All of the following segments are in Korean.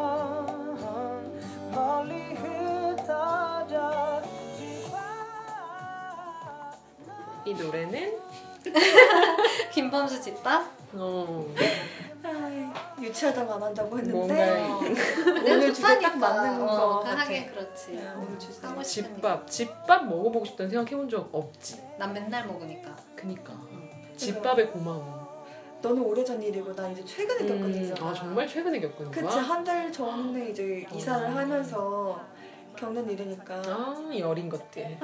날개처럼 멀리 흩어져 지와 이 노래는 김범수 짓다? 어, 아이, 유치하다고 안 한다고 했는데 뭔가 내가 네. 오늘 주제 딱 좋다니까. 맞는 네, 어, 거 같아. 하긴 그렇지. 네, 오늘 주제. 하고 싶으니까. 집밥 집밥 먹어보고 싶다는 생각해본 적 없지. 난 맨날 먹으니까. 그니까 집밥의 고마움. 너는 오래전 일이고 난 이제 최근에 겪은 음, 일이잖아. 아 정말 최근에 겪은 그치 거야? 한 달 전에 이제 어. 이사를 하면서 겪는 일이니까. 아 여린 것들.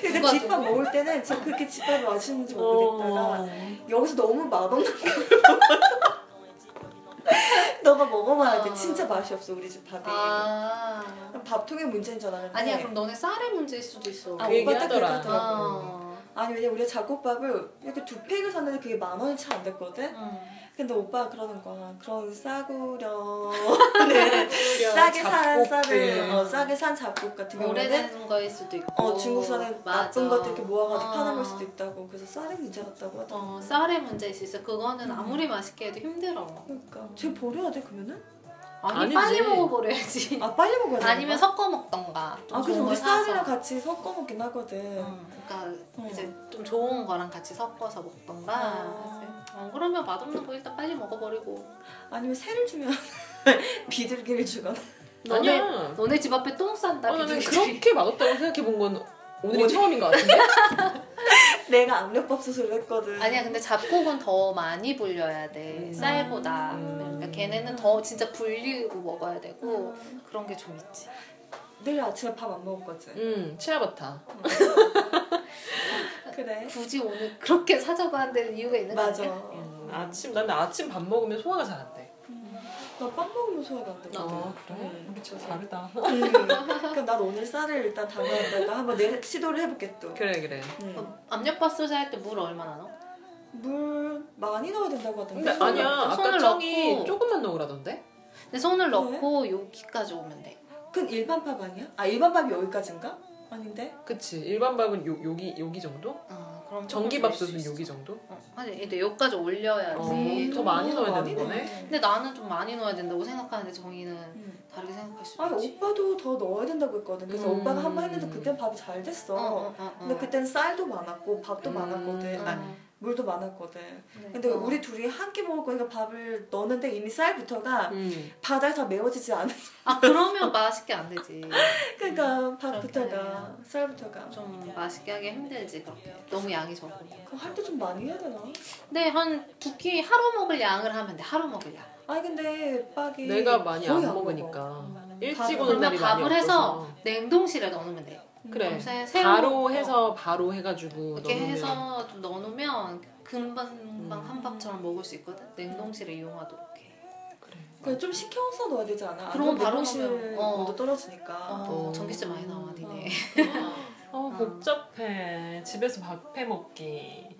근데 누가 집밥 누구? 어. 먹을 때는 진짜 그렇게 집밥이 맛있는지 모르겠다가 어. 여기서 너무 맛없는 거 너가 먹어봐야 돼. 아. 진짜 맛이 없어 우리 집 밥이. 아. 밥통의 문제인 줄 알았는데. 아니야, 그럼 너네 쌀의 문제일 수도 있어. 아, 그 얘기 오빠 딱 하더라. 음. 그러더라고. 아. 아니 왜냐 우리가 잡곡밥을 이렇게 두 팩을 샀는데 그게 만 원이 채 안 됐거든. 음. 근데 오빠가 그러는 거야. 그런 싸구려 네. 싸게 산 쌀을 잡곡들. 음. 어, 싸게 산 잡곡 같은 경우는 오래된 거일 수도 있고. 어 중국산은 나쁜 것들 이렇게 모아가지고 아. 파는 걸 수도 있다고. 그래서 쌀이 문제 같다고 하더라고. 어, 쌀의 문제일 수 있어. 그거는 아무리 맛있게 해도 힘들어. 그러니까 쟤 버려야 돼 그러면은? 아니, 아니지. 빨리 먹어버려야지. 아 빨리 먹어야 돼. 아니면 섞어 먹던가. 좀 아 그래서 좋은 걸 우리 사서. 쌀이랑 같이 섞어 먹긴 하거든. 응, 그러니까 응. 이제 좀 좋은 거랑 같이 섞어서 먹던가. 아. 이제, 어, 그러면 맛없는 거 일단 빨리 먹어버리고. 아니면 새를 주면 비둘기를 주거나. 너네 아니야. 너네 집 앞에 똥 싼다. 어, 나는 비둘기들이. 그렇게 맛없다고 생각해 본 건 오늘이 오늘. 처음인 것 같은데. 내가 압력밥솥을 했거든. 아니야 근데 잡곡은 더 많이 불려야 돼 음. 쌀보다 음. 그러니까 걔네는 더 진짜 불리고 먹어야 되고 그런 게 좀 있지 음. 내일 아침에 밥 안 먹었거든. 음, 치아바타. 그래. 굳이 오늘 그렇게 사자고 하는데 이유가 있는 거 맞아. 아니야? 어. 음, 아침 난 아침 밥 먹으면 소화가 잘 안 돼. 나 빵 먹으면 소화가 안 돼. 아, 그래? 음. 우리 진짜 다르다. 음. 그럼 난 오늘 쌀을 일단 담가놨다가 한번 내 시도를 해볼게 또. 그래 그래. 음. 어, 압력밥 소자 할 때 물 얼마나 넣어? 물 많이 넣어야 된다고 근데 하던데. 아니야 아까 손을 청이 넣고. 조금만 넣으라던데? 근데 손을 네. 넣고 여기까지 오면 돼 그건 일반 밥 아니야? 아 일반 밥이 여기까지인가? 아닌데. 그치 일반 밥은 요, 요기 요기 정도? 어, 그럼 전기밥솥은 요기 정도? 어, 아니 근데 여기까지 올려야지 어, 더 많이 넣어야 되는 넣어야 거네. 돼. 근데 나는 좀 많이 넣어야 된다고 생각하는데 정희는 음. 다르게 생각할 수 아니 있지 오빠도 더 넣어야 된다고 했거든. 그래서 음. 오빠가 한 번 했는데 그때 밥이 잘 됐어. 어, 근데 그땐 쌀도 많았고 밥도 음. 많았거든. 어. 아니 물도 많았거든. 네. 근데 어. 우리 둘이 한 끼 먹을 거니까 밥을 넣었는데 이미 쌀부터가 음. 바닥에 다 메워지지 않아. 아 그러면 맛있게 안 되지 그러니까 음, 밥부터가 그렇구나. 쌀부터가 좀 맛있게 하기 힘들지 그렇게 너무 양이 적고 그럼 할 때 좀 많이 해야 되나? 근데 한 두 끼 하루 먹을 양을 하면 돼 하루 먹을 양 아니 근데 빵이 내가 많이 안 거의 먹으니까 일찍 밥을- 오는 그러면 날이 많이 밥을 해서 없어서 냉동실에 넣어놓으면 돼 그래 그럼 새- 새우 바로 먹고 해서 바로 해가지고 이렇게 넣으면 해서 좀 넣어놓으면 금방 음. 한밥처럼 먹을 수 있거든 먹는실을 이용하도록 해 그래. 그래 좀 식혀서 넣어야 되지 않아? 그럼 바로 실 넣으면, 어. 온도 떨어지니까 어, 어. 전기세 많이 나와 니네 어 복잡해 집에서 밥 해먹기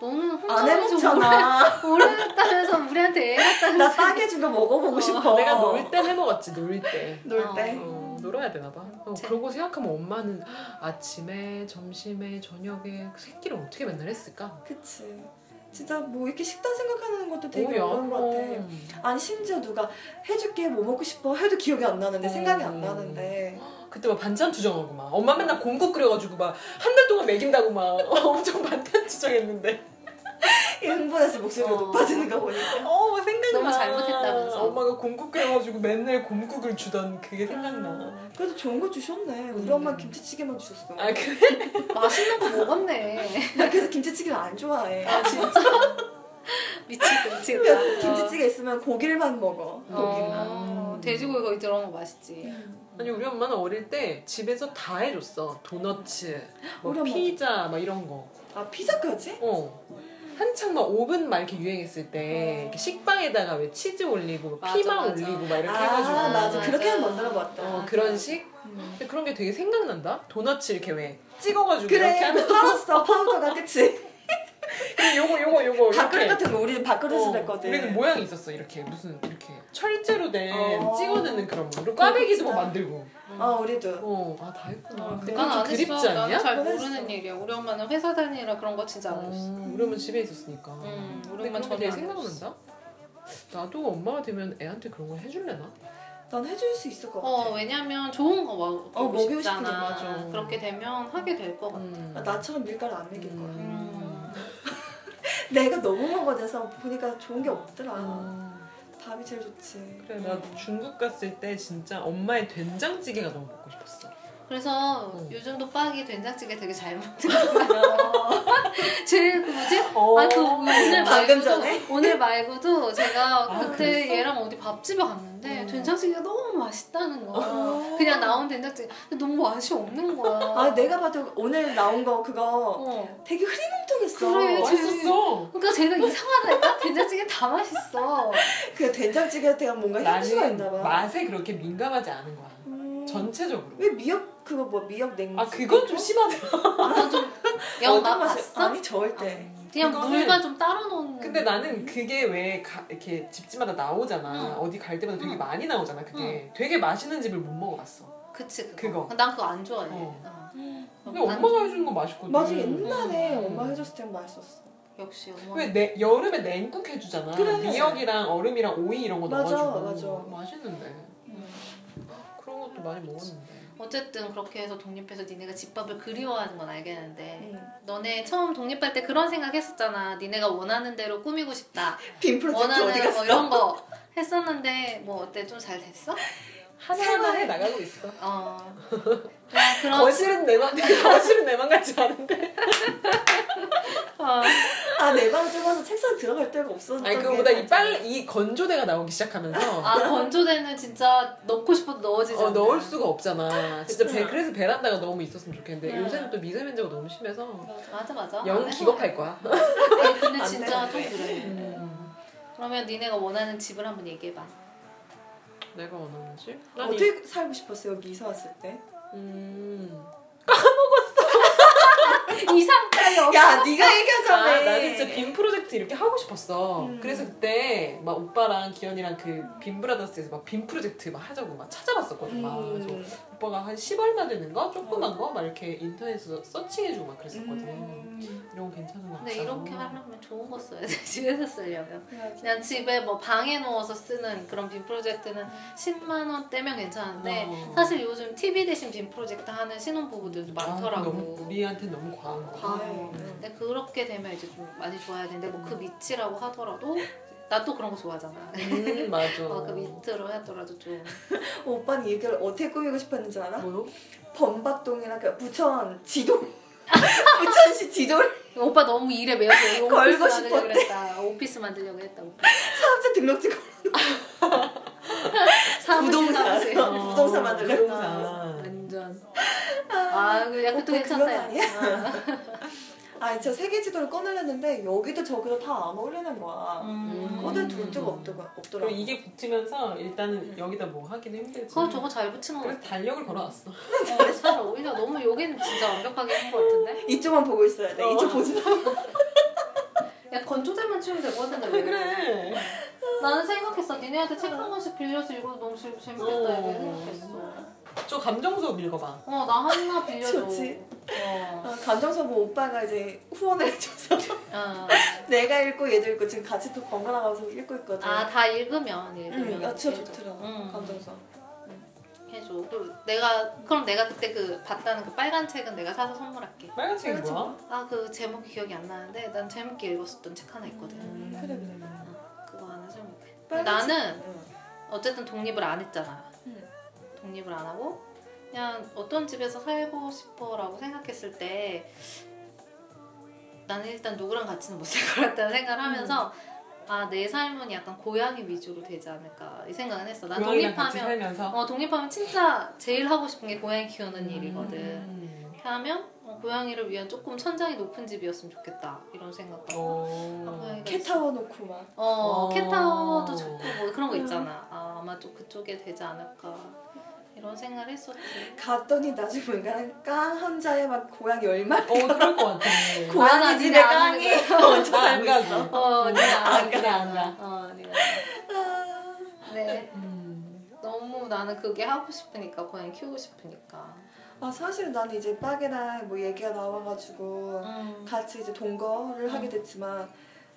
너는 혼자 안 해먹잖아 오래됐다면서 우리한테 애가 나 빵에 준거 먹어보고 싶어 네. 내가 놀 때 해먹었지 놀때 어. 놀때 어, 놀아야 되나 봐. 어, 제- 그러고 생각하면 엄마는 아침에, 점심에, 저녁에 그 새끼를 어떻게 맨날 했을까? 그치 진짜 뭐 이렇게 식단 생각하는 것도 되게 오야. 어려운 것 같아 아니 심지어 누가 해줄게 뭐 먹고 싶어 해도 기억이 안 나는데 생각이 안 음. 나는데 그때 막 반찬 투정하고 막 엄마 맨날 공국 끓여가지고 막 한 달 동안 먹인다고 막 엄청 반찬 투정했는데. 흥분해서 목소리가 어. 높아지는 거 보니까 어, 막 생각나. 아, 너무 잘못했다면서. 엄마가 공국 끓여가지고 맨날 공국을 주던 그게 생각나. 그래도 좋은 거 주셨네 우리 음. 엄마 김치찌개만 주셨어 어. 아 그래? 맛있는 거 먹었네 나 그래서 김치찌개를 안 좋아해 아 진짜 미치겠다 미치겠다 아. 그러니까 김치찌개 있으면 고기만 먹어 고기만 어, 음. 돼지고기 거기 들어간 거 맛있지. 아니 우리 엄마는 어릴 때 집에서 다 해줬어. 도너츠, 뭐 우리 엄마. 피자 막 이런 거. 아 피자까지? 어. 한창 막 오븐 막 이렇게 유행했을 때 어. 이렇게 식빵에다가 왜 치즈 올리고 막 맞아, 피망 맞아. 올리고 막 이렇게 아 해가지고 맞아, 맞아. 그렇게 만들어 봤다 어, 맞아. 그런 식? 근데 그런 게 되게 생각난다. 도넛이 이렇게 왜 찍어가지고 그래 뭐 이렇게 하는 팔았어 파우더가 그치? 그리고 요거 요거 요거 밥그릇 이렇게 같은 거 우리는 밥그릇을 어, 했거든 우리는 모양이 있었어 이렇게 무슨 이렇게 철제로 된 어. 찍어내는 그런 거 그리고 꽈배기도 막 진짜. 만들고 어 우리도 어아다 했구나 그건 어, 그건 좀 안 그립지 했어. 나는 않냐? 잘 그랬어. 모르는 일이야. 우리 엄마는 회사 다니라 그런 거 진짜 안 했어. 어, 우리 엄마 집에 있었으니까 음, 우리 근데 엄마 그런 게 되게 전혀 안 생각난다 나도 엄마가 되면 애한테 그런 걸 해줄래나? 난 해줄 수 있을 것 같아. 어 왜냐면 좋은 거 먹고 어, 먹이고 싶은데, 싶잖아. 맞아. 그렇게 되면 하게 될 것 같아. 음. 아, 나처럼 밀가루 안 먹일 거야. 음. 내가 너무 먹어져서 보니까 좋은 게 없더라. 아, 밥이 제일 좋지. 그래 나 중국 갔을 때 진짜 엄마의 된장찌개가 너무 먹고 싶었어. 그래서 음. 요즘도 빡이 된장찌개 되게 잘 먹더라고요. 제일 그 뭐지? 어. 아, 그 오늘 방금 말고도 전에? 오늘 말고도 제가 아, 그때 그랬어? 얘랑 어디 밥집에 갔는데 음. 된장찌개가 너무 맛있다는 거. 어. 그냥 나온 된장찌개 근데 너무 맛이 없는 거야. 아 내가 봐도 오늘 나온 거 그거 어. 되게 흐리멍텅했어. 그래. 제일- 맛있었어. 그러니까 쟤가 이상하다니까 된장찌개 다 맛있어. 그 된장찌개한테가 뭔가 향수가 있나 봐. 나는 맛에 그렇게 민감하지 않은 거야. 음. 전체적으로. 왜 미역 그거 뭐 미역 냉. 아 그건 좀 심하더라. 영 어떤 맛이- 맛봤어? 아니 절대. 그냥 그거는- 물과 좀 따로 넣는. 근데 나는 그게 왜 가- 이렇게 집집마다 나오잖아. 응. 어디 갈 때마다 되게 응. 많이 나오잖아. 그게 되게 맛있는 집을 못 먹어봤어. 그치 그거. 그거. 난 그거 안 좋아해. 어. 어. 근데 난- 엄마가 해주는 거 맛있거든. 맞아 옛날에 음. 엄마 해줬을 땐 맛있었어. 역시 엄마. 왜 내, 여름에 냉국 해주잖아. 그래. 미역이랑 얼음이랑 오이 이런 거 맞아, 넣어가지고 맞아. 맛있는데 그런 것도 많이 먹었는데. 어쨌든 그렇게 해서 독립해서 니네가 집밥을 그리워하는 건 알겠는데 음. 너네 처음 독립할 때 그런 생각 했었잖아. 니네가 원하는 대로 꾸미고 싶다. 빔 프로젝트 어디 원하는 뭐 갔어? 이런 거 했었는데 뭐 어때 좀 잘 됐어? 하나하나 해 나가고 있어. 어. 그냥 그런 거실은 내 맘, 거실은 내 맘 같지 않은데. 어. 아내방 좁아서 책상 들어갈 데가 없었던 아니 그거보다 이 빨래 이 건조대가 나오기 시작하면서 아 건조대는 진짜 넣고 싶어도 넣어지지 어, 않아. 넣을 수가 없잖아. 진짜 네. 배, 그치. 그래서 베란다가 너무 있었으면 좋겠는데 응. 요새는 또 미세먼지가 너무 심해서 어, 맞아 맞아. 영 안 기겁할 거야. 음. 해서- 아니, 근데 안 진짜 좀 돼. 그래. 그러면 니네가 원하는 집을 한번 얘기해봐. 내가 원하는 집? 난 이- 어떻게 살고 싶었어 여기 이사 왔을 때? 음. 이상까지 없. 야 네가 얘기하자며. 아, 나 진짜 빔 프로젝트 이렇게 하고 싶었어. 음. 그래서 그때 막 오빠랑 기현이랑 그 빔 브라더스에서 막 빔 프로젝트 막 하자고 막 찾아봤었거든. 막 그래서 음. 오빠가 한 10얼마 되는 거, 조그만 거 막 이렇게 인터넷에서 서칭해주고 막 그랬었거든. 음. 이런 거 괜찮은 거 같아. 근데 이렇게 하려면 좋은 거 써야 돼. 집에서 쓰려면. 그래야지. 그냥 집에 뭐 방에 놓아서 쓰는 그런 빔 프로젝트는 음. 10만 원대면 괜찮은데 어. 사실 요즘 TV 대신 빔 프로젝트 하는 신혼 부부들도 아, 그러니까 많더라고. 너무 뭐 우리한테 너무 과한 거. 과해. 음. 근데 그렇게 되면 이제 좀 많이 좋아야 되는데 뭐 그 밑이라고 하더라도 나 또 그런 거 좋아하잖아. 음 맞아. 어, 그 밑으로 하더라도 좀 오빠는 이 얘기를 어떻게 꾸미고 싶었는지 알아? 뭐요? 범박동이랑 그 부천 지도 부천시 지도를 오빠 너무 일에 매여서 걸고 오피스 만들려고 싶었대. 했다. 오피스 만들려고 했다. 오피스. 사업자 등록증 사무실, 사무실. 부동산 어. 부동산 만들려고 아, 부동산. 완전. 아, 그 약간 또 오빠 어, 그건 괜찮다. 야. 아 진짜 세계 지도를 꺼내려는데 여기도 저기도 다 안 어울리는 아. 거야 음. 꺼낼 둘 데가 없더라 그리고 없더라 이게 붙으면서 일단은 여기다 뭐 하긴 힘들지. 그거 저거 잘 붙이는 거 그래서 달력을 걸어놨어. 아, 같아. 어, 살 오히려 너무 여기는 진짜 완벽하게 한 것 같은데? 이쪽만 보고 있어야 돼 어. 이쪽 보지 마 야, 건조대만 치우면 될 것 같은데. 왜? 그래. 나는 생각했어. 니네한테 책 한 권씩 빌려서 읽어도 너무 재- 재밌겠다. 이렇게 어. 생각했어. 저 감정 수업 읽어봐. 어, 나 하나 빌려줘. 좋지. 어. 아, 감정서보 오빠가 이제 후원을 해줘서 어. 내가 읽고 얘도 읽고 지금 같이 또 번갈아가면서 읽고 있거든 아, 다 읽으면, 응, 읽으면. 야 진짜 해줘. 좋더라 음. 감정서 해줘. 그리고 내가, 그럼 내가 그때 그 봤다는 그 빨간 책은 내가 사서 선물할게. 빨간 책이 빨간 뭐야? 아 그 제목이 기억이 안 나는데 난 재밌게 읽었었던 책 하나 있거든. 음, 그래 그래 그거 하나 선물해. 빨간 나는 응. 어쨌든 독립을 안 했잖아. 음. 독립을 안 하고 그냥 어떤 집에서 살고 싶어라고 생각했을 때 나는 일단 누구랑 같이는 못 살 것 같다는 생각을 하면서 아 내 삶은 약간 고양이 위주로 되지 않을까 이 생각은 했어. 난 고양이랑 같이 독립하면 살면서. 어 독립하면 진짜 제일 하고 싶은 게 고양이 키우는 일이거든. 음. 이렇게 하면 어, 고양이를 위한 조금 천장이 높은 집이었으면 좋겠다 이런 생각도 어. 캣 타워놓고 막 어, 어. 캣타워도 좋고 뭐 그런 거 음. 있잖아 아, 아마 좀 그쪽에 되지 않을까 이런 생각을 했었지 갔더니 나중에 보니까 깡 혼자에 막 고양이 얼마 어 그럴 것 같아. 아, 나 고양이 집에 집에 안 깡이 혼자 아, 안 살고 가고. 있어 어 니가 안 가, 안 가. 어 니가 아, 네 음. 너무 나는 그게 하고 싶으니까 고양이 키우고 싶으니까 아 사실 나는 이제 빡이랑 뭐 얘기가 나와가지고 음. 같이 이제 동거를 하게 됐지만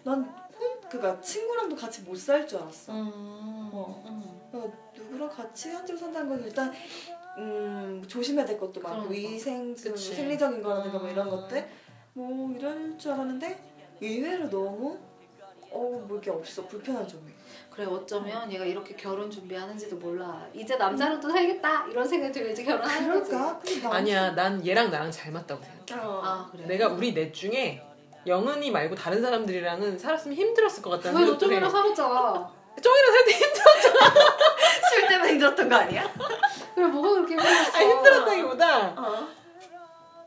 난 혼- 그니까 친구랑도 같이 못 살 줄 알았어. 음. 어. 음. 어, 누구랑 같이 한 집에 산다는 건 일단 음, 조심해야 될 것도 그런 많고 거. 위생, 수 그치. 생리적인 거라든가 뭐 이런 음. 것들 뭐 이럴 줄 알았는데 의외로 너무 어뭐 이렇게 없어 불편한 점이. 그래 어쩌면 얘가 이렇게 결혼 준비하는지도 몰라. 이제 남자로도 살겠다 이런 생각이 들면 이제 결혼하는 거지. 아, 그럴까? 근데 나 아니야, 난 얘랑 나랑 잘 맞다고 생각해. 어. 아 그래. 내가 우리 넷 중에 영은이 말고 다른 사람들이랑은 살았으면 힘들었을 것 같다는 왜너 생각도 해. 쪽이랑 살았잖아. 쫑이랑 살때 술 때문에 힘들었던 거 아니야? 그래 뭐가 그렇게 힘들었어? 아, 힘들었다기보다 어.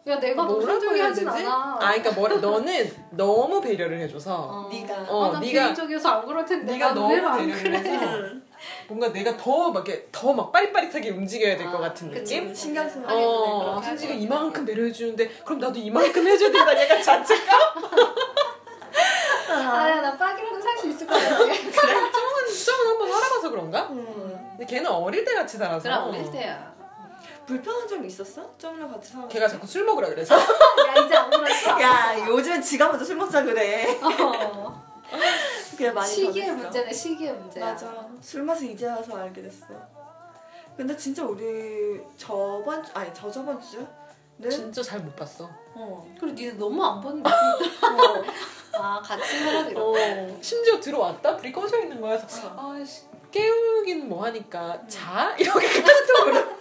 야 내가 너무 아, 뭐라고 쪽이 해야 하진 되지? 않아. 아, 그러니까 뭐라 너는 너무 배려를 해줘서 네가. 어, 아, 난 네가- 개인적이어서 안 그럴 텐데. 네가 난 너무 의외로 안 배려를 그래. 해줘서 응. 뭔가 내가 더 막 이렇게 더 막 빠릿빠릿하게 움직여야 될 것 같은 그치. 느낌? 신경 쓰면 하긴 그래, 어, 그렇게 승지가 할 거야. 이만큼 배려해 주는데 그럼 나도 이만큼 해줘야 된다 약간 자책 아야 나 빡이라도 살 수 있을 것 같아. 쫑은 한번 살아봐서 그런가? 음. 근데 걔는 어릴 때 같이 살아서 그럼 어릴 때야. 불편한 점이 있었어? 점이랑 같이 살아. 걔가 자꾸 술 먹으라 그래서 어? 야 이제 안 그러니까. 그랬어. 야 요즘 지가 먼저 술 먹자 그래. 어. 그냥 많이 시기의 변했어. 문제네 시기의 문제야. 맞아. 술 맛을 이제 와서 알게 됐어. 근데 진짜 우리 저번 주 아니 저 저번 주는 진짜 잘 못 봤어 어. 그리고 니는 너무 안 보는 거. 어. 아 같이 살아도 이렇게. 어, 심지어 들어왔다? 불이 꺼져 있는 거야. 그래서 어. 아씨 깨우긴 뭐 하니까 자 이렇게 어. 카톡으로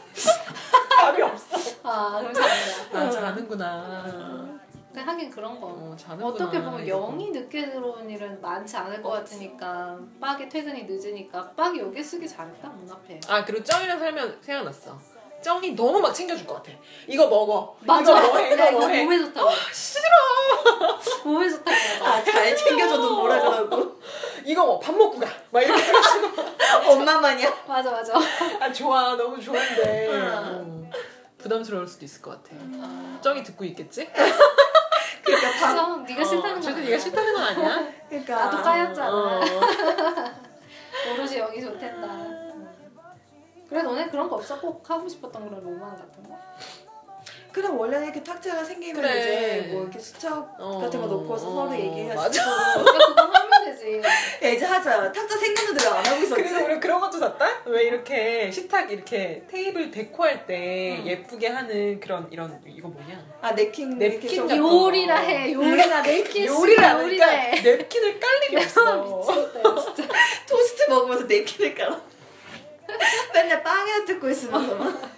답이 없어. 아 그럼 잘한다. 아 자는구나. 근데 하긴 그런 거. 어 자는구나. 어떻게 보면 영이 늦게 들어온 일은 많지 않을 것 같으니까 빡이 퇴근이 늦으니까 빡이 여기 쓰기 잘했다 문 앞에. 아 그리고 쩡이랑 살면 생각났어. 쩡이 너무 막 챙겨줄 것 같아. 이거 먹어. 맞아. 이거 뭐해. 야 이거 이거 뭐해. 아, 몸에 좋다고. 싫어. 몸에 좋다고. 맞아. 아잘 챙겨줘도 뭐라 그러고 이거 뭐 밥 먹고 가. 막 이렇게. 엄마만이야. 맞아 맞아. 아 좋아 너무 좋은데. 응. 어, 부담스러울 수도 있을 것 같아. 쩡이 듣고 있겠지? 그러니까 그래서 밥. 네가 싫다는 어, 거. 절대 네가 싫다는 건 아니야. 그러니까 나도 까였잖아. 어. 오로지 영이 좋댔다. 그래 너네 그런 거 없어? 꼭 하고 싶었던 그런 로망 같은 어. 거? 그래 원래 이렇게 탁자가 생기면 그래. 이제 뭐 이렇게 수첩 어. 같은 거 넣고서 서로 얘기해야지. 맞아. 그러니까 그거 하면 되지. 야, 이제 하자. 탁자 생겼는데 왜 안 하고 있었지? 그래서 우리 그런 것도 샀다? 왜 이렇게 식탁 이렇게 테이블 데코할 때 예쁘게 하는 그런 이런 이거 뭐냐? 아 냅킨 냅킨 이렇게 좀- 같은 거. 요리라 해. 요리나 내키스. 요리를 요리라 요리라 해. 냅킨을 깔 일이 없어. 미치겠다 진짜. 토스트 먹으면서 냅킨을 깔아. 맨날 빵이나 뜯고 있으면서 막.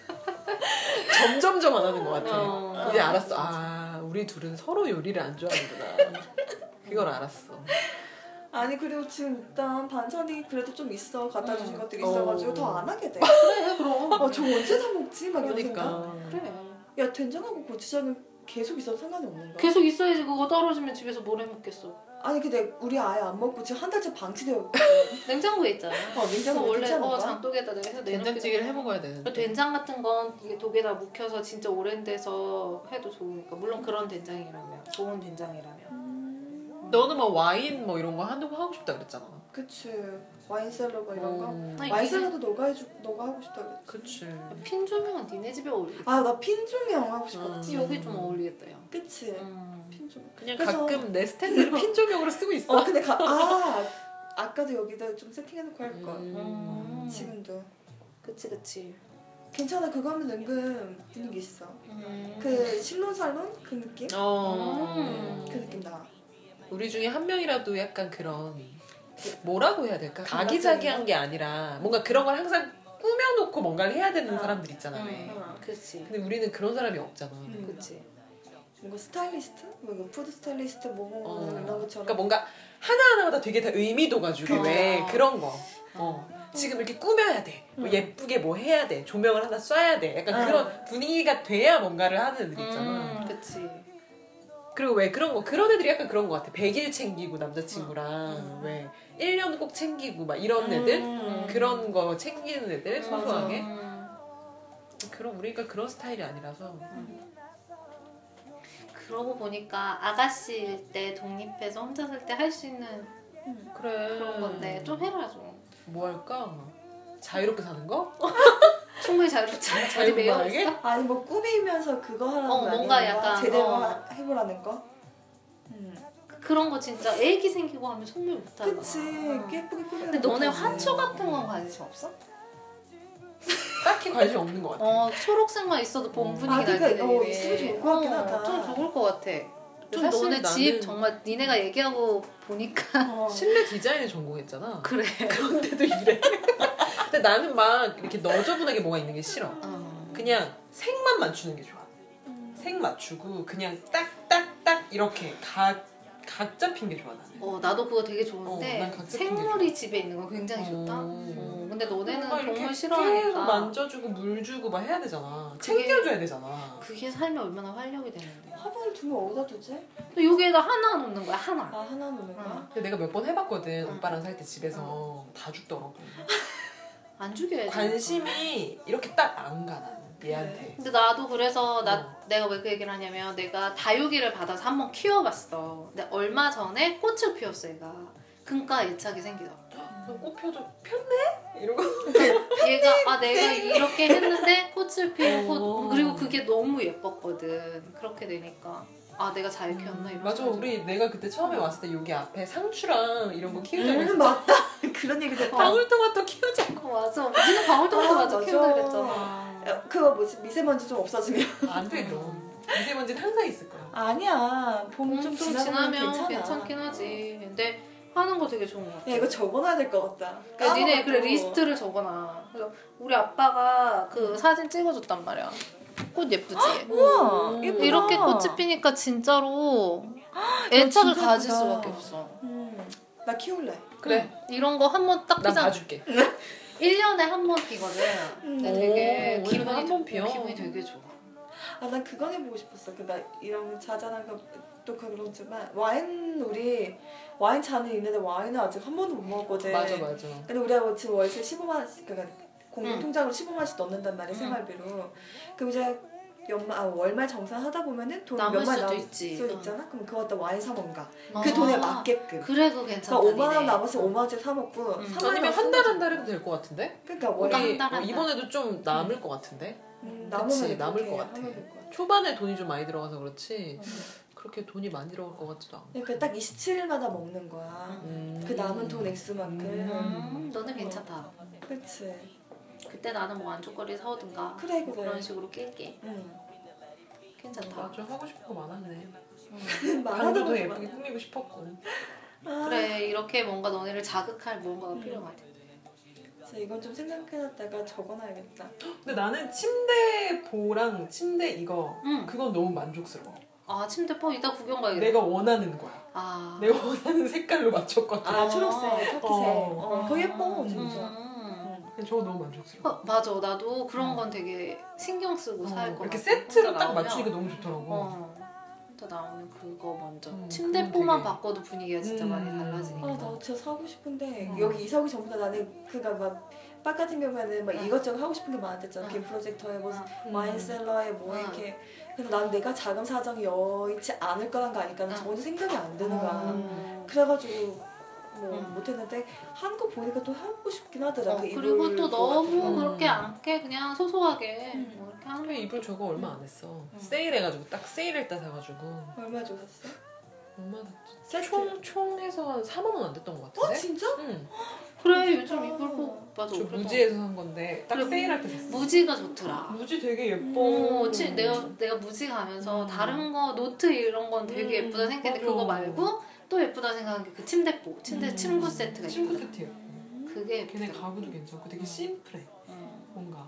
점점점 안 하는 것 같아. 어. 이제 알았어. 아 우리 둘은 서로 요리를 안 좋아하는구나. 그걸 알았어. 아니 그리고 지금 일단 반찬이 그래도 좀 있어 갖다 주신 음. 것들이 있어가지고 어. 더 안 하게 돼. 어, 그래 그럼. 아저 언제 사 먹지? 막 이러니까. 그러니까. 그래. 야 된장하고 고추장은 계속 있어도 상관이 없는 거야. 계속 있어야지 그거 떨어지면 집에서 뭘 해먹겠어. 아니 근데 우리 아예 안 먹고 지금 한 달째 방치되어. 냉장고에 있잖아. 어 그거 냉장고 원래 어 괜찮은가? 장독에다 내가 해서 내놓게 된장찌개를 해먹어야 되는데. 그 된장 같은 건 이게 독에다 묵혀서 진짜 오랜 데서 해도 좋으니까 물론 그런 된장이라면 좋은 된장이라면 음, 너는 막 와인 뭐 이런 거 한다고 하고 싶다 그랬잖아. 그치 와인 셀러가 어. 이런 거. 음, 아니, 와인 니네- 셀러도 너가 해주 너가 하고 싶다 그랬지. 그치. 핀 조명은 니네 집에 어울리. 아나 핀종이형 하고 싶었지. 음. 여기 좀 어울리겠다 야. 그치 음. 핀종. 그냥 그래서- 가끔 내 스탠드를 핀조명으로 쓰고 있어. 어 근데 가, 아 아까도 여기다 좀 세팅해놓고 할 걸. 음. 지금도 그치 그치. 괜찮아 그거 하면 은근 분위기 있어. 음. 그 실론살론 그 느낌? 어. 음. 그 느낌 나. 우리 중에 한 명이라도 약간 그런 뭐라고 해야 될까? 감각적인 아기자기한 게 아니라 뭔가 그런 걸 항상 꾸며놓고 뭔가를 해야 되는 아. 사람들 있잖아. 네. 음. 왜. 그치. 근데 우리는 그런 사람이 없잖아. 음. 그치. 뭔가 스타일리스트? 뭐 이거 푸드 스타일리스트 뭐뭐 어. 뭐 이런 것처럼. 그러니까 뭔가 하나하나마다 되게 다 의미도가 주고 왜 어. 그런 거. 어. 지금 이렇게 꾸며야 돼. 뭐 음. 예쁘게 뭐 해야 돼. 조명을 하나 쏴야 돼. 약간 음. 그런 분위기가 돼야 뭔가를 하는 애들이 있잖아. 음, 그치. 그리고 왜 그런 거 그런 애들이 약간 그런 거 같아. 100일 챙기고 남자친구랑 음. 왜 1년 꼭 챙기고 막 이런 애들 음. 그런 거 챙기는 애들 맞아. 소소하게 음. 그럼 우리가 그런 스타일이 아니라서 그러고 보니까 아가씨일 때 독립해서 혼자 살 때 할 수 있는 음, 그래 그런 건데 좀 해라 좀. 뭐 할까 자유롭게 사는 거 충분히 자유롭잖아. 자리 자유분방하게? 매여 있어. 아니 뭐 꾸미면서 그거 하라는 어, 거 뭔가 아니야? 약간, 제대로 어. 하- 해보라는 거? 음. 그- 그런 거 진짜 애기 생기고 하면 선물 못 하잖아. 그치 예쁘게 꾸며 근데 너네 화초 같은 건 관심 없어? 딱히 관심 없는 것 같아. 어 초록색만 있어도 봄 음. 분위기 아, 그러니까, 나게 되게. 어, 있으면 좋을 것 같긴 하다. 좀 좋을 것 같아. 좀 사실 너네 집 나는- 정말 니네가 얘기하고 보니까 어. 실내 디자인을 전공했잖아. 그래. 그런데도 이래. 근데 나는 막 이렇게 너저분하게 뭐가 있는 게 싫어. 어. 그냥 색만 맞추는 게 좋아. 음. 색 맞추고 그냥 딱딱딱 이렇게 각, 각 잡힌 게 좋아 나는. 어 나도 그거 되게 좋은데 어, 난 각색 생물이 집에 있는 건 굉장히 좋다. 어. 어, 근데 너네는 뭔가 이렇게 동물 계속 싫어하니까 만져주고 물 주고 막 해야 되잖아. 그게- 챙겨줘야 되잖아. 그게 삶에 얼마나 활력이 되는데. 화분을 두면 어디다 두지? 또 여기에다 하나 놓는 거야 하나. 아 하나 놓는 거야? 근데 내가 몇 번 해봤거든 응. 네, 오빠랑 살 때 집에서 다 죽더라고. 안 죽여야지. 관심이 이렇게 딱 안 가 나는 얘한테. 근데 나도 그래서 나 어. 내가 왜 그 얘기를 하냐면 내가 다육이를 받아서 한번 키워봤어. 근데 얼마 전에 꽃을 피웠어 얘가. 그러니까 애착이 생기더라고. 꽃 펴줘 폈네 이러고. 얘가 아 내가 네. 이렇게 했는데 꽃을 피우고 어. 그리고 그게 너무 예뻤거든. 그렇게 되니까 아 내가 잘 키웠나 이런. 맞아 생각이 우리 내가 그때 처음에 왔을 때 여기 앞에 상추랑 이런 거 키우자고 그러니까 음, 했어. 맞다 그런 얘기 됐다 어. 방울토마토 키우자. 들어. 어, 맞아. 우리는 방울토마토 아, 맞아 맞아. 키운다 그랬잖아. 야, 어, 그거 뭐지 미세먼지 좀 없어지면 안돼 그럼 미세먼지는 항상 있을 거야. 아니야 음, 봄 좀 좀 지나면 괜찮아 괜찮긴 하지. 근데 하는 거 되게 좋은 것 같아. 야 이거 적어놔야 될 것 같다 그러니까 니네 까먹었다고. 그래 리스트를 적어놔. 그래서 우리 아빠가 그 사진 찍어줬단 말이야. 꽃 예쁘지? 우와 음. 예쁘다 이렇게 꽃이 피니까 진짜로 애착을 진짜 가질 예쁘다. 수밖에 없어. 음, 나 키울래 그래 이런 거 한 번딱 난 피잖아. 봐줄게. 1년에 한 번 피거든. 근데 음. 되게 오, 기분이 한번 피어. 기분이 되게 좋아. 아 난 그건 해보고 싶었어 그 나 이런 자잘한 거또 그렇지만 와인 우리 와인 잔은 있는데 와인은 아직 한 번도 못 네. 먹었거든 맞아 맞아. 근데 우리가 뭐 지금 월세 15만 원씩 그러니까 응. 공통장으로 15만씩 넣는단 말이야 응. 생활비로 그럼 이제 연말 아, 월말 정산하다 보면은 돈 남을 몇만 수도 남을 있지. 수 응. 있잖아 그럼 그거 갖다 와인 사 먹는가 아, 그 돈에 맞게끔 그래 그거 그러니까 괜찮다. 5만 원 니네. 남았으면 5만 원짜리 사 먹고 응. 3만 아니면 원 한 달 한 달 해도 될 것 같은데? 그러니까 우리 어, 월에 어, 한 달, 한 달. 이번에도 좀 남을 것 같은데? 음, 그치, 남으면 남을 그렇게 것 같아. 하면 될것 같아. 초반에 돈이 좀 많이 들어가서 그렇지 응. 그렇게 돈이 많이 들어갈 것 같지도 않고 그러니까 딱 27일마다 먹는 거야 음. 그 남은 돈 액수만큼 음, 너는 괜찮다. 그치 그때 나는 뭐 안쪽거리 사오든가 그래, 뭐 그래. 그런 식으로 낄게. 응 괜찮다. 맞아 하고 싶은 거 많았네 말하다 방도도 보니까 예쁘게 꾸미고 싶었고 아, 그래 이렇게 뭔가 너네를 자극할 뭔가가 필요하대. 진짜 이건 좀 생각해놨다가 적어놔야겠다 근데 나는 침대 보랑 침대 이거 응. 그건 너무 만족스러워 아 침대 뻐 이따 구경 가야겠다. 내가 원하는 거야 아. 내가 원하는 색깔로 맞췄거든 아, 초록색 카키색 어. 어, 그거 예뻐 진짜 음. 응. 근데 저거 너무 만족스러워 어, 맞아 나도 그런 건 되게 신경 쓰고 어, 살것 같아. 이렇게 세트로 혼자 딱 나오면. 맞추니까 너무 좋더라고 어. 혼자 나오는 그거 먼저. 음, 침대포만 그건 되게- 바꿔도 분위기가 진짜 음. 많이 달라지니까. 아, 나 진짜 사고 싶은데 어. 여기 이사 오기 전보다 나는 그니까 막빡 같은 경우에는 막 어. 이것저것 하고 싶은 게 많았댔잖아. 어. 빔 프로젝터에 뭐 아, 음. 와인셀러에 뭐 어. 이렇게. 근데 난 내가 자금 사정이 여의치 않을 거란 거 아니까 는 어. 전혀 생각이 안 드는 거야. 음. 그래가지고 뭐 음. 못했는데 한 거 보니까 또 하고 싶긴 하더라. 어, 그 이불 그리고 또 그거 같은 거. 너무 거. 그렇게 않게 그냥 소소하게 음. 뭐 이렇게 하는 근데 이불 저거 얼마 안 했어 음. 세일해가지고 딱 세일을 따 사가지고 그 얼마 주고 샀어? 얼마 세트. 총 총해서 한 4만 원 안 됐던 것 어 같은데. 진짜? 응. 그래 진짜. 요즘 이불 꼭 맞아 저 그래서 무지에서 산 건데 딱 그래, 세일할 때 샀어. 무지가 좋더라. 무지 되게 예뻐. 오, 음, 어, 치, 내가 내가 무지 가면서 음. 다른 거 노트 이런 건 되게 음, 예쁘다 생각했는데 맞아. 그거 말고 또 예쁘다 생각한 게 그 침대포, 침대 음. 침구 세트가 친구 있거든. 세트 예뻐. 그게 걔네 예쁘더라. 가구도 괜찮고 되게 심플해. 어, 뭔가.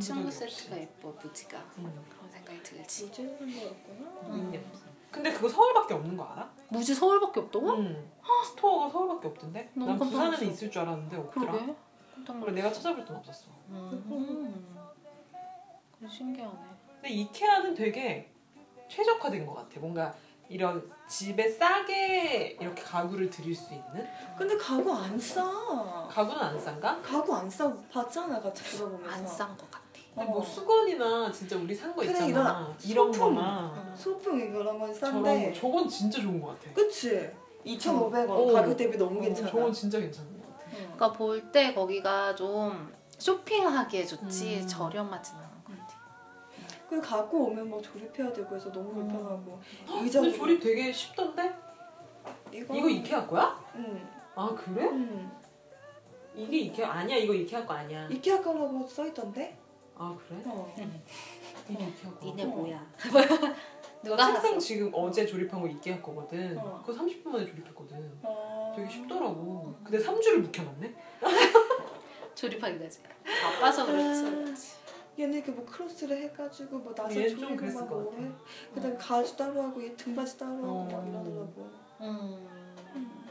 친구 군더더기 없이. 세트가 예뻐 무지가 응. 그런 생각이 들지. 진짜 산 음. 거였구나. 의미 없어. 근데 그거 서울밖에 없는 거 알아? 무지 서울밖에 없다고? 응. 스토어가 서울밖에 없던데? 너무 난 깜짝 부산에는 놀랐어. 있을 줄 알았는데 없더라. 그러게. 깜짝 그래 놀랐어. 내가 찾아볼 돈 없었어. 음. 그거 신기하네. 근데 이케아는 되게 최적화된 것 같아. 뭔가 이런 집에 싸게 이렇게 가구를 들일 수 있는 근데 가구 안 싸. 가구는 안 싼가? 가구 안 싸. 봤잖아 같이 들어보면서. 안 싼 것 같아. 근데 뭐 어. 수건이나 진짜 우리 산 거 그래, 있잖아. 이런 소품. 거나 소풍이 그런 건 저런 싼데 거 저건 진짜 좋은 것 같아. 그치? 2,500원 어. 가격 대비 너무 어, 괜찮아 저건 진짜 괜찮은 것 같아. 응. 그러니까 볼 때 거기가 좀 쇼핑하기에 좋지 음. 저렴하진 않은 것 같아. 그리고 갖고 오면 막 조립해야 되고 해서 너무 음. 불편하고 근데 조립 되게 쉽던데? 이거 이거 이케아 거야? 음. 아 그래? 음. 이게 이케아 아니야 이거 이케아 거 아니야. 이케아 거라고 써 있던데. 아 그래? 어. 이게 이케아 거. 니네 어. 뭐야? 나 누가 책상 샀어? 지금 어제 조립한 거 이케아 거거든. 어. 그거 30분 만에 조립했거든. 어. 아. 되게 쉽더라고. 근데 3주를 묵혀놨네. 조립하기가 지 바빠서 그렇지. 얘는 이렇게 뭐 크로스를 해가지고 뭐 나사 얘는 좀 조이고 그랬을 막 것 뭐 같아. 해. 그다음 에 가죽 따로 하고 얘 등받이 따로 하고 어. 막 이러더라고. 음.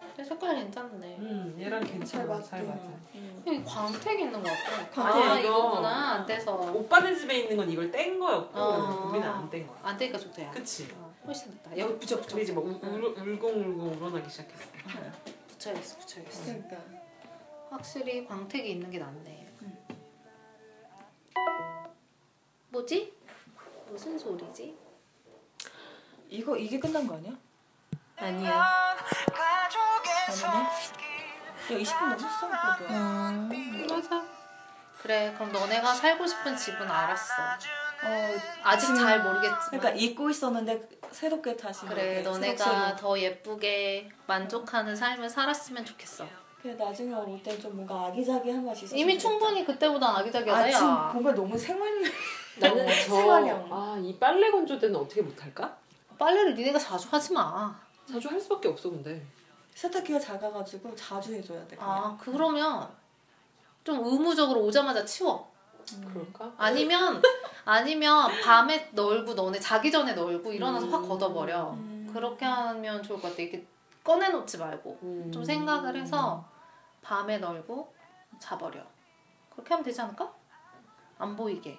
근데 색깔 괜찮네. 음 얘랑 잘 괜찮아. 맞대. 잘 맞아. 음. 여기 광택 있는 것 같아. 광택, 아 이거. 이거구나. 안 돼서 오빠네 집에 있는 건 이걸 뗀 거였고 어. 우리는 안 뗀 거야. 안 되니까 좋다. 야. 그치? 어, 훨씬 낫다. 여기 붙여 붙여. 우리 이제 막 울, 울, 울공울공 울어나기 시작했어. 붙여야겠어 붙여야겠어. 그러니까. 확실히 광택이 있는 게 낫네. 음. 뭐지? 무슨 소리지? 이거 이게 끝난 거 아니야? 아니야. 야 20분 넘었어 그래도. 맞아. 그래 그럼 너네가 살고 싶은 집은 알았어. 어, 아직 잘 모르겠지만. 그러니까 잊고 있었는데 새롭게 다시 그래 이렇게 너네가 새록새록. 더 예쁘게 만족하는 삶을 살았으면 좋겠어. 그래 나중에 올 때 좀 뭔가 아기자기한 맛이 있어. 이미 충분히 그때보다 아기자기하다 아 지금 야. 보면 너무 생활 어, 나는 생활형. 저아이 빨래 건조대는 어떻게 못할까? 빨래를 니네가 자주 하지 마. 자주 할 수밖에 없어 근데. 세탁기가 작아가지고 자주 해줘야 돼. 아 그러면 좀 의무적으로 오자마자 치워. 음. 그럴까? 아니면 아니면 밤에 널고 너네 자기 전에 널고 일어나서 확 음. 걷어버려. 그렇게 하면 좋을 것 같아. 이렇게 꺼내놓지 말고 음. 좀 생각을 해서 밤에 널고 자버려. 그렇게 하면 되지 않을까? 안 보이게.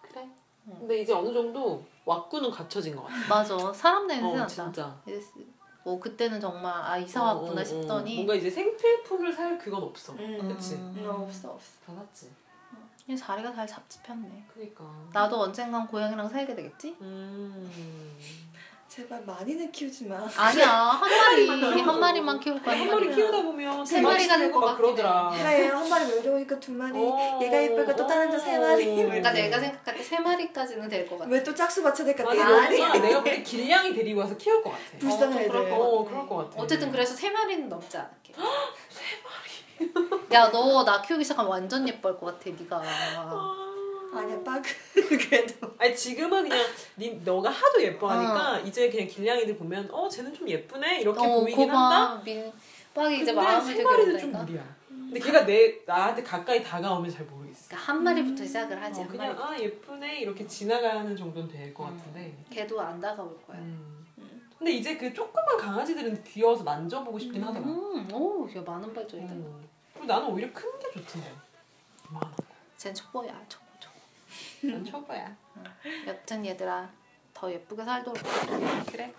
그래. 음. 근데 이제 어느 정도 왁구는 갖춰진 것 같아. 맞아. 사람 냄새 어, 난다. 진짜. 이랬어. 뭐 그때는 정말 아 음, 이사 어, 어, 왔구나 어. 싶더니 뭔가 이제 생필품을 살 그건 없어. 음. 그치? 음, 없어 없어. 다 샀지. 이 자리가 잘 잡집혔네. 그니까. 나도 언젠간 고양이랑 살게 되겠지? 음. 제발 많이는 키우지 마. 아니야 한 마리 마리만 키우고. 한 마리만 키울 거야. 한 마리 키우다 보면 세 마리가 될것 막 같긴 해. 그러더라. 그래 한 마리 외로우니까 두 마리. 아. 어. 얘가 예쁠 거또 다른 데세 마리. 그러니까 내가 생각할 때 세 마리까지는 될 것 같아. 왜 또 짝수 맞춰야 될까? 아, 네 나 마리. 엄마, 내가 볼때 길냥이 데리고 와서 키울 것 같아. 불쌍해 어, 좀 그럴 애들. 것 어, 그럴 것 같아. 어쨌든 그래서 세 마리는 넘지 않을게. 세 마리. 야 너 나 키우기 시작하면 완전 예뻐할 것 같아 네가. 아니야 빠그 그래도. 아니 지금은 그냥 니 너가 하도 예뻐하니까 이제 그냥 길냥이들 보면 어 쟤는 좀 예쁘네 이렇게 어, 보이긴 한다. 민 빡이 이제 근데 마음을 세 되게 마리는 좀 온다니까. 무리야. 근데 걔가 내 나한테 가까이 다가오면 잘 모르겠어. 그러니까 한 마리부터 시작을 하지. 음. 어, 한 그냥 마리. 아 예쁘네 이렇게 지나가는 정도는 될 것 같은데. 걔도 안 다가올 거야. 음. 근데 이제 그 조그만 강아지들은 귀여워서 만져보고 싶긴 하더라. 음, 오, 이거 많은 발전이다. 음. 그리고 나는 오히려 큰 게 좋던데. 많아. 쟨 초보야, 초보, 초보. 난 초보야. 여튼 얘들아, 더 예쁘게 살도록. 그래.